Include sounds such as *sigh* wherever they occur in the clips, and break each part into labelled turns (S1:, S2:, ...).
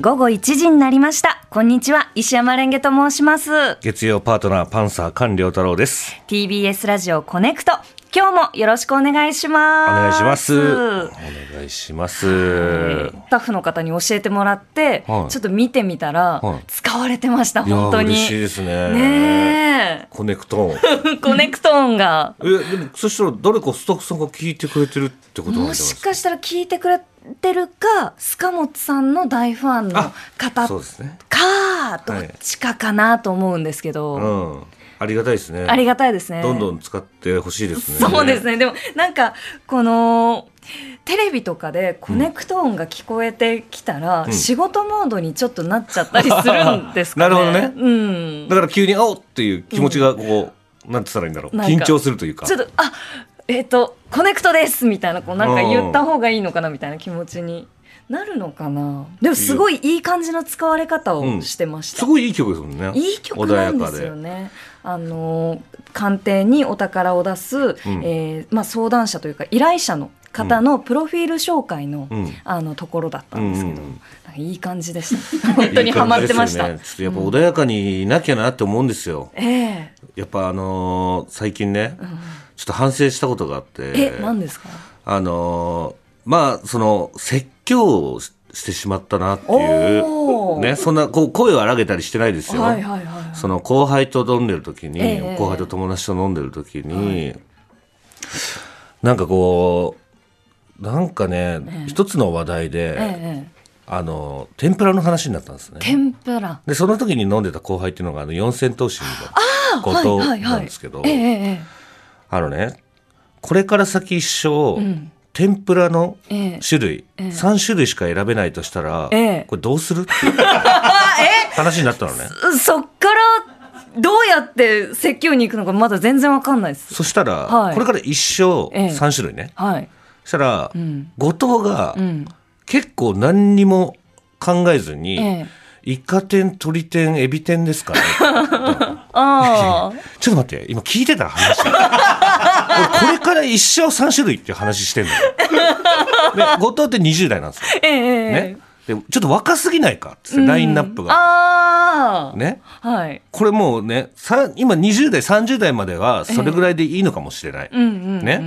S1: 午後1時になりました。こんにちは、石山レンゲと申します。
S2: 月曜パートナーパンサー菅良太郎です。
S1: TBS ラジオコネクト。今日もよろしくお願いします。
S2: お願いします。お
S1: ス
S2: 願いします。
S1: タッフの方に教えてもらって、
S2: はい
S1: ちょっと見てみたら、
S2: はい
S1: 使われてました、
S2: いや
S1: 本当
S2: ー
S1: に。
S2: 嬉しいですね。
S1: ね
S2: コネク
S1: *laughs*
S2: トン。
S1: え。コネクトーンが。
S2: えでもそしたら誰かスタッフさんが聞いてくれてるってことなんじゃな
S1: も
S2: いです
S1: し
S2: か。
S1: かしたら聞いてくれてるか、スカモツさんの大ファンの
S2: あ
S1: 方
S2: そうですね。
S1: か、どっちかかなと思うんですけど、
S2: うん。ありがたいですね。
S1: ありがたいですね。
S2: どんどん使ってほしいですね。
S1: そうですね。でも、なんか、この、テレビとかでコネクト音が聞こえてきたら、
S2: ん
S1: 仕事モードにちょっとなっちゃったりするんですかね。
S2: *laughs* なるほどね
S1: うん。
S2: だから急に、あおっていう気持ちが、こう、なんて言ったらいいんだろう。
S1: なんか
S2: 緊張するというか。
S1: ちょっと、あ、えっ、と、コネクトですみたいな、こう、なんか言った方がいいのかなみたいな気持ちになるのかな。でも、すごいいい感じの使われ方をしてました。
S2: すごいいい曲ですもんね。
S1: いい曲なんです
S2: 穏や
S1: よ
S2: か
S1: ね。あの鑑定にお宝を出す、えーまあ、相談者というか依頼者の方のプロフィール紹介の、
S2: うん
S1: あのところだったんですけど、
S2: うんうんうん
S1: なんかいい感じでした。本当にハマってました。
S2: いい感じですよねちょっとやっぱ穏やかにいなきゃなって思うんですよ。
S1: え
S2: やっぱあのー最近ね、
S1: えうん
S2: ちょっと反省したことがあって、
S1: え、何ですか。
S2: あのーまあ、その、説教をししてしまったなってい
S1: おー
S2: う、ね、そんな、こう、声を荒げたりしてないですよ。
S1: はいはいはい。
S2: その後輩と飲んでる時に、
S1: ええ
S2: 後輩と友達と飲んでる時に、なんかこうなんかね、
S1: ええ
S2: 一つの話題
S1: え
S2: で、
S1: え、
S2: あの天ぷらの話になったんですね
S1: 天ぷら。
S2: でその時に飲んでた後輩っていうのがあの四千頭身の後
S1: はい
S2: 藤
S1: はい
S2: な
S1: は
S2: ん
S1: い
S2: ですけど、。
S1: えええ
S2: あのねこれから先一生、
S1: え、うん、
S2: 天ぷらの
S1: ええ。
S2: 種類、
S1: ええ
S2: 三3種類しか選べないとしたら、
S1: ええ
S2: これどうするっていう
S1: *laughs*
S2: 話になったのね
S1: そっからどうやって説教に行くのかまだ全然わかんないです。
S2: そしたら、
S1: はい
S2: これから一生
S1: ええ
S2: 3種類ね、
S1: はい。
S2: そしたら、
S1: うん。
S2: 後藤が
S1: うん。
S2: 結構何にも考えずに、
S1: ええ。
S2: イカ天、鶏天、エビ天
S1: *laughs*
S2: ですかね。
S1: あ
S2: *laughs*
S1: あ。
S2: ちょっと待って、今聞いて
S1: *laughs*
S2: た話。俺これから一生3種類っていう話してんの
S1: *laughs*
S2: よ。で、後藤って20代なんですよ。
S1: ええええ。
S2: ね。で、ちょっと若すぎないかっつって、ラインナップが。
S1: ああ。。
S2: ね。
S1: はい。
S2: これもうね、さ今20代、30代まではそれぐらいでいいのかもしれない。
S1: うんうんうん。
S2: ね
S1: う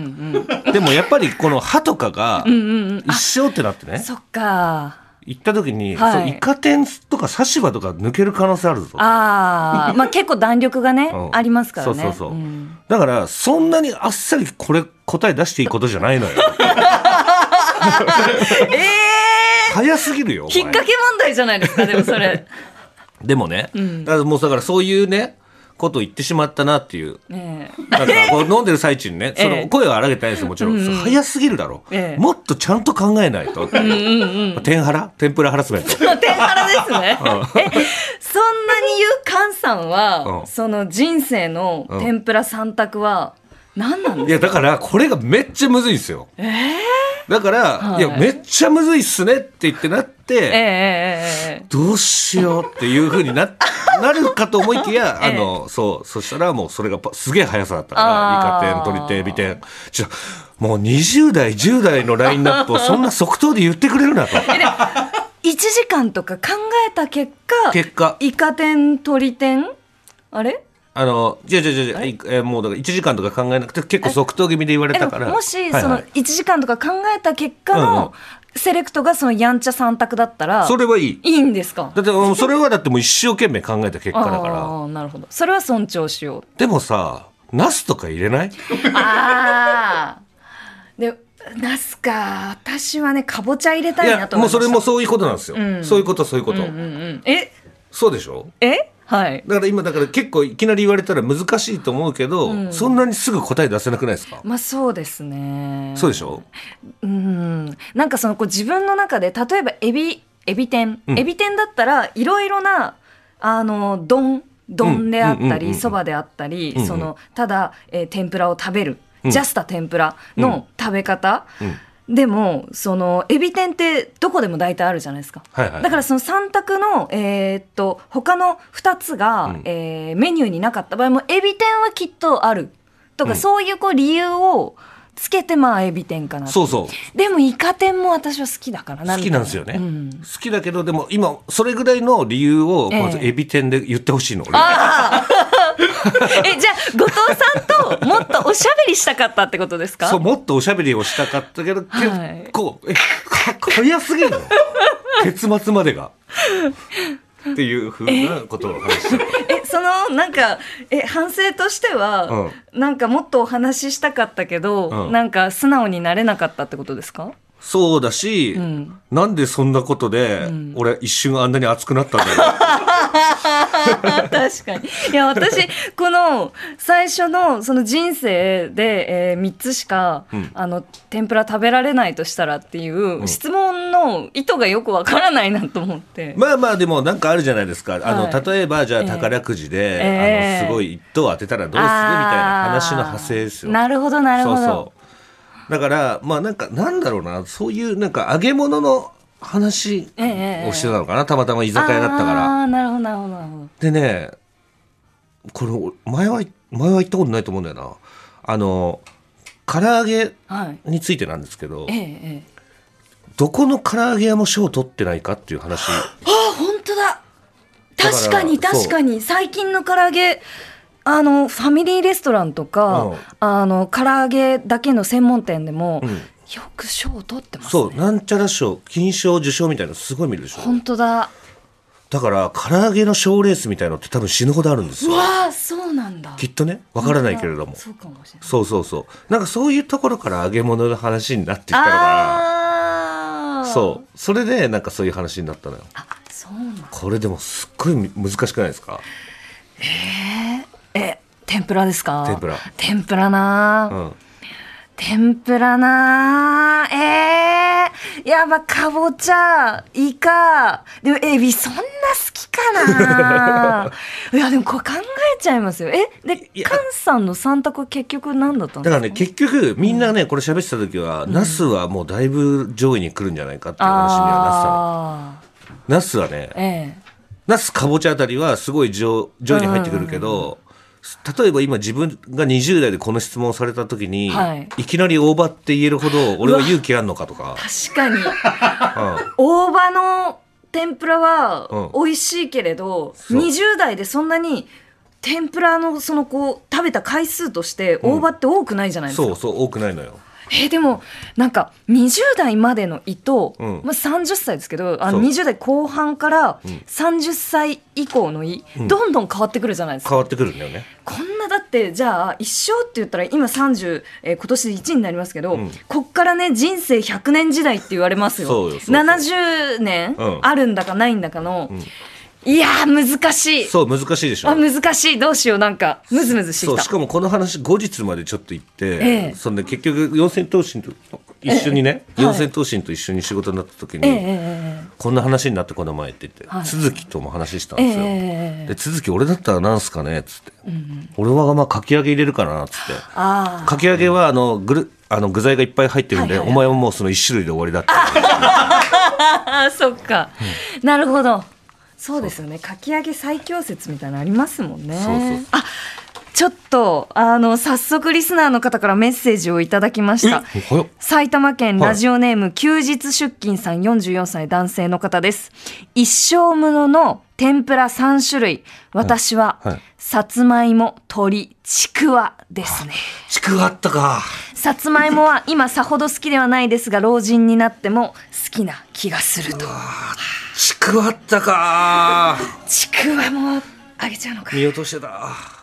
S1: ん
S2: でもやっぱりこの歯とかが
S1: うんうん。
S2: 一生ってなってね。
S1: そっか。
S2: 行った時に、
S1: はい
S2: そうイカ天とか刺し歯とか抜ける可能性あるぞ。
S1: ああ。まあ結構弾力がね
S2: う、ん
S1: ありますからね。
S2: そうそうそうんだから、そんなにあっさりこれ答え出していいことじゃないのよ。
S1: *laughs* ええ
S2: 早すぎるよ。お
S1: きっ
S2: 前
S1: かけ問題じゃないですか、でもそ
S2: *laughs*
S1: れ。
S2: でもね、だからもうだからそういうね、ことを言ってしまったなっていう。
S1: ねえ
S2: なんかこう飲んでる最中にね、
S1: え
S2: その声を荒げてないですよ、もちろん。それ早すぎるだろ、
S1: ええ
S2: もっとちゃんと考えないと。天ハラ天ぷらハラスメ
S1: *laughs*
S2: ント。
S1: 天からですね。え、そんなに言う菅さん
S2: う
S1: は、
S2: ん
S1: その人生の天ぷら三択は何なんです
S2: いや、だから、これがめっちゃむずいんですよ。だから、
S1: はい
S2: い、や、めっちゃむずいっすねって言ってなって、
S1: かええええええ
S2: どうしようっていうふう
S1: *laughs*
S2: にななるかと思いきや、
S1: ええ
S2: あの、そう、そしたらもうそれがパすげえ速さだったか
S1: あー
S2: ら、イカ天、鶏天、エビ天。ちょもう20代、10代のラインナップをそんな即答で言ってくれ
S1: *laughs*
S2: るなと。
S1: 1時間とか考えた結果、
S2: 結果、
S1: イカ天、鳥天あれ
S2: あの、じゃじゃじゃじゃ、いえもうだから1時間とか考えなくて結構即答気味で言われ
S1: えで
S2: た
S1: も
S2: から。
S1: もし、
S2: はい
S1: そ
S2: は
S1: の
S2: い
S1: 1時間とか考えた結果
S2: うんうん
S1: のセレクトがそのやんちゃ3択だったら、
S2: そ
S1: い
S2: れはいい。
S1: いんですか
S2: だっ
S1: *laughs*
S2: て、うんそれはだってもう一生懸命考えた結
S1: あ
S2: 果だから。
S1: あー、なるほど。それは尊重しよう。
S2: でもさ、ナスとか入れない
S1: ああ。で、ナスか。私はね、かぼちゃ入れた
S2: い
S1: いな
S2: や、
S1: と思いうま
S2: も
S1: した。
S2: それもそういうことなんですよ。
S1: うん
S2: そういうこと、そういうこと。
S1: うんうんうん。え、
S2: そうでしょ
S1: えはい。
S2: だから今だから結構いきなり言われたら難しいと思うけど、
S1: うん
S2: そんなにすぐ答え出せなくないですか、
S1: まあそうですね。
S2: そうでしょ
S1: うん。なんかそのこう自分の中で、例えばエビ、エビ天。
S2: うん
S1: エビ天だったらいろいろな、あの、丼、丼であ
S2: うん
S1: った
S2: うんうんうん
S1: り、そばであったり、
S2: うんうん
S1: その、ただ、えー天ぷらを食べる。
S2: うん
S1: ジャスタ天ぷらの食べ方。
S2: うん
S1: でも、その、エビ天ってどこでも大体あるじゃないですか。
S2: はいはい。
S1: だからその3択の、えーっと他の2つが、
S2: うん
S1: えーメニューになかった場合もエビ天はきっとあるとか、
S2: うん
S1: そういうこう理由をつけてまあエビ天かな
S2: そうそう
S1: でもイカ天も私は好きだから
S2: 好きなんですよね、
S1: う
S2: 好
S1: ん
S2: きだけどでも今それぐらいの理由を
S1: ええ
S2: まずエビ天で言ってほしいの、俺 *laughs*
S1: えじゃあ後藤さんともっとおしゃべりしたかったってことですか
S2: そうもっとおしゃべりをしたかったけど、
S1: はい
S2: 結構えか早すぎ
S1: *laughs*
S2: るの結末までがっていうふうなことを話してた
S1: *laughs* えそのなんかえ反省としては、なんかもっとお話ししたかったけど、
S2: うん
S1: なんか素直になれなかったってことですか
S2: そうだし、
S1: ん
S2: なんでそんなことで、
S1: ん
S2: 俺一瞬あんなに熱くなったん
S1: *laughs*
S2: だろう
S1: 確かにいや私この最初のその人生で、え3つしか、
S2: うん
S1: あの天ぷら食べられないとしたらっていう、
S2: ん
S1: 質問の意図がよくわからないなと思って、
S2: まあまあでもなんかあるじゃないですかあの、
S1: はい
S2: 例えばじゃあ
S1: ええ
S2: 宝くじで、
S1: ええ
S2: あのすごい一等当てたらどうするみたいな話の派生です
S1: あ
S2: よ
S1: ーなるほどなるほど
S2: そうそうだからまあなんかなんだろうなそういうなんか揚げ物の話
S1: ええええ
S2: をしてたのかな、たまたま居酒屋だったから
S1: あーなるほどなるほどなるほど
S2: でねこれ前は前は行ったことないと思うんだよなあの唐揚げ
S1: はい
S2: についてなんですけど
S1: ええええ
S2: どこの唐揚げ屋も賞取ってないかっていう話
S1: あ本当だ
S2: だから
S1: 確かに確かに最近の唐揚げあのファミリーレストランとか、
S2: うん
S1: あの唐揚げだけの専門店でも、
S2: うん
S1: よく賞を取ってます
S2: そ
S1: ね
S2: うなんちゃら賞金賞受賞みたいなのすごい見るでしょ
S1: 本当だ
S2: だから唐揚げの賞レースみたいのって多分死ぬほどあるんです
S1: う
S2: よ
S1: わあそうなんだ
S2: きっとねわからないけれども
S1: そうかもしれない
S2: そうそうそうなんかそういうところから揚げ物の話になっていったの
S1: あ
S2: かな
S1: あ
S2: そうそれでなんかそういう話になったのよ
S1: あそうなん
S2: これでもすっごい難しくないですか
S1: え天ぷらですか
S2: 天ぷら
S1: 天ぷらなあ、
S2: うん
S1: 天ぷらなーえー、やばかぼちゃイカでもエビそんな好きかな
S2: *laughs*
S1: いやでもこれ考えちゃいますよえで
S2: いや
S1: 菅さんの三択は結局何だったんで
S2: だ
S1: すから
S2: かね結局みんなねこれ喋ってた時は、ナスはもうだいぶ上位に来るんじゃないかっていう話にはなって
S1: ああ
S2: たのナスはね
S1: え
S2: ナスかぼちゃあたりはすごい上上位に入ってくるけど、例えば今自分が20代でこの質問をされた時に、
S1: はい
S2: い、きなり大葉って言えるほど俺は勇気あんのかとか
S1: え、確かに
S2: うん
S1: 大葉の天ぷらは
S2: う
S1: 美味しいけれど、
S2: そう
S1: 20代でそんなに天ぷらのそのこう食べた回数として大葉って多くないじゃないですか、
S2: そうそう多くないのよ
S1: えーでもなんか20代までの胃と、
S2: うん
S1: まあ、30歳ですけどあ
S2: そ
S1: の
S2: う
S1: 20代後半から
S2: ん
S1: 30歳以降の胃、
S2: ん
S1: どんどん変わってくるじゃないですか、
S2: 変わってくるんだよね
S1: こんなだってじゃあ一生って言ったら今30、えー今年で1になりますけど、
S2: うん
S1: こっからね人生100年時代って言われますよ
S2: そうよそうそう
S1: 70年、
S2: うん
S1: あるんだかないんだかの、いやー難しい
S2: そう難しいでしょ
S1: あ難しいどうしようなんかムズムズして
S2: そう
S1: き
S2: したかもこの話後日までちょっと行って、
S1: ええ
S2: そんで結局四千頭身と一緒にね、
S1: ええはい
S2: 四千頭身と一緒に仕事になった時に、
S1: ええええ
S2: こんな話になってこの前って言って、
S1: はい
S2: 鈴木とも話したん
S1: ええ
S2: ですよ、
S1: ええええ
S2: で鈴木俺だったらなんすかねっつって、俺はまあかき揚げ入れるかなっつって
S1: ああ
S2: かき揚げはあのぐるあの具材がいっぱい入ってるんで、
S1: はいはいはい
S2: お前はもうその一種類で終わりだって *laughs*
S1: あーそっか、なるほどそうですよねかき揚げ最強説みたいなのありますもんね
S2: そうそう
S1: あちょっとあの早速リスナーの方からメッセージをいただきました
S2: え早っ
S1: 埼玉県
S2: はい
S1: ラジオネーム、休日出勤さん44歳男性の方です一生ものの天ぷら3種類私は、
S2: はいはい
S1: さつまいも鶏ちくわですね
S2: ちくわあったか
S1: さつまいもは今さほど好きではないですが老人になっても好きな気がすると
S2: ちくわあったか
S1: ちくわもあげちゃうのか
S2: 見落としてた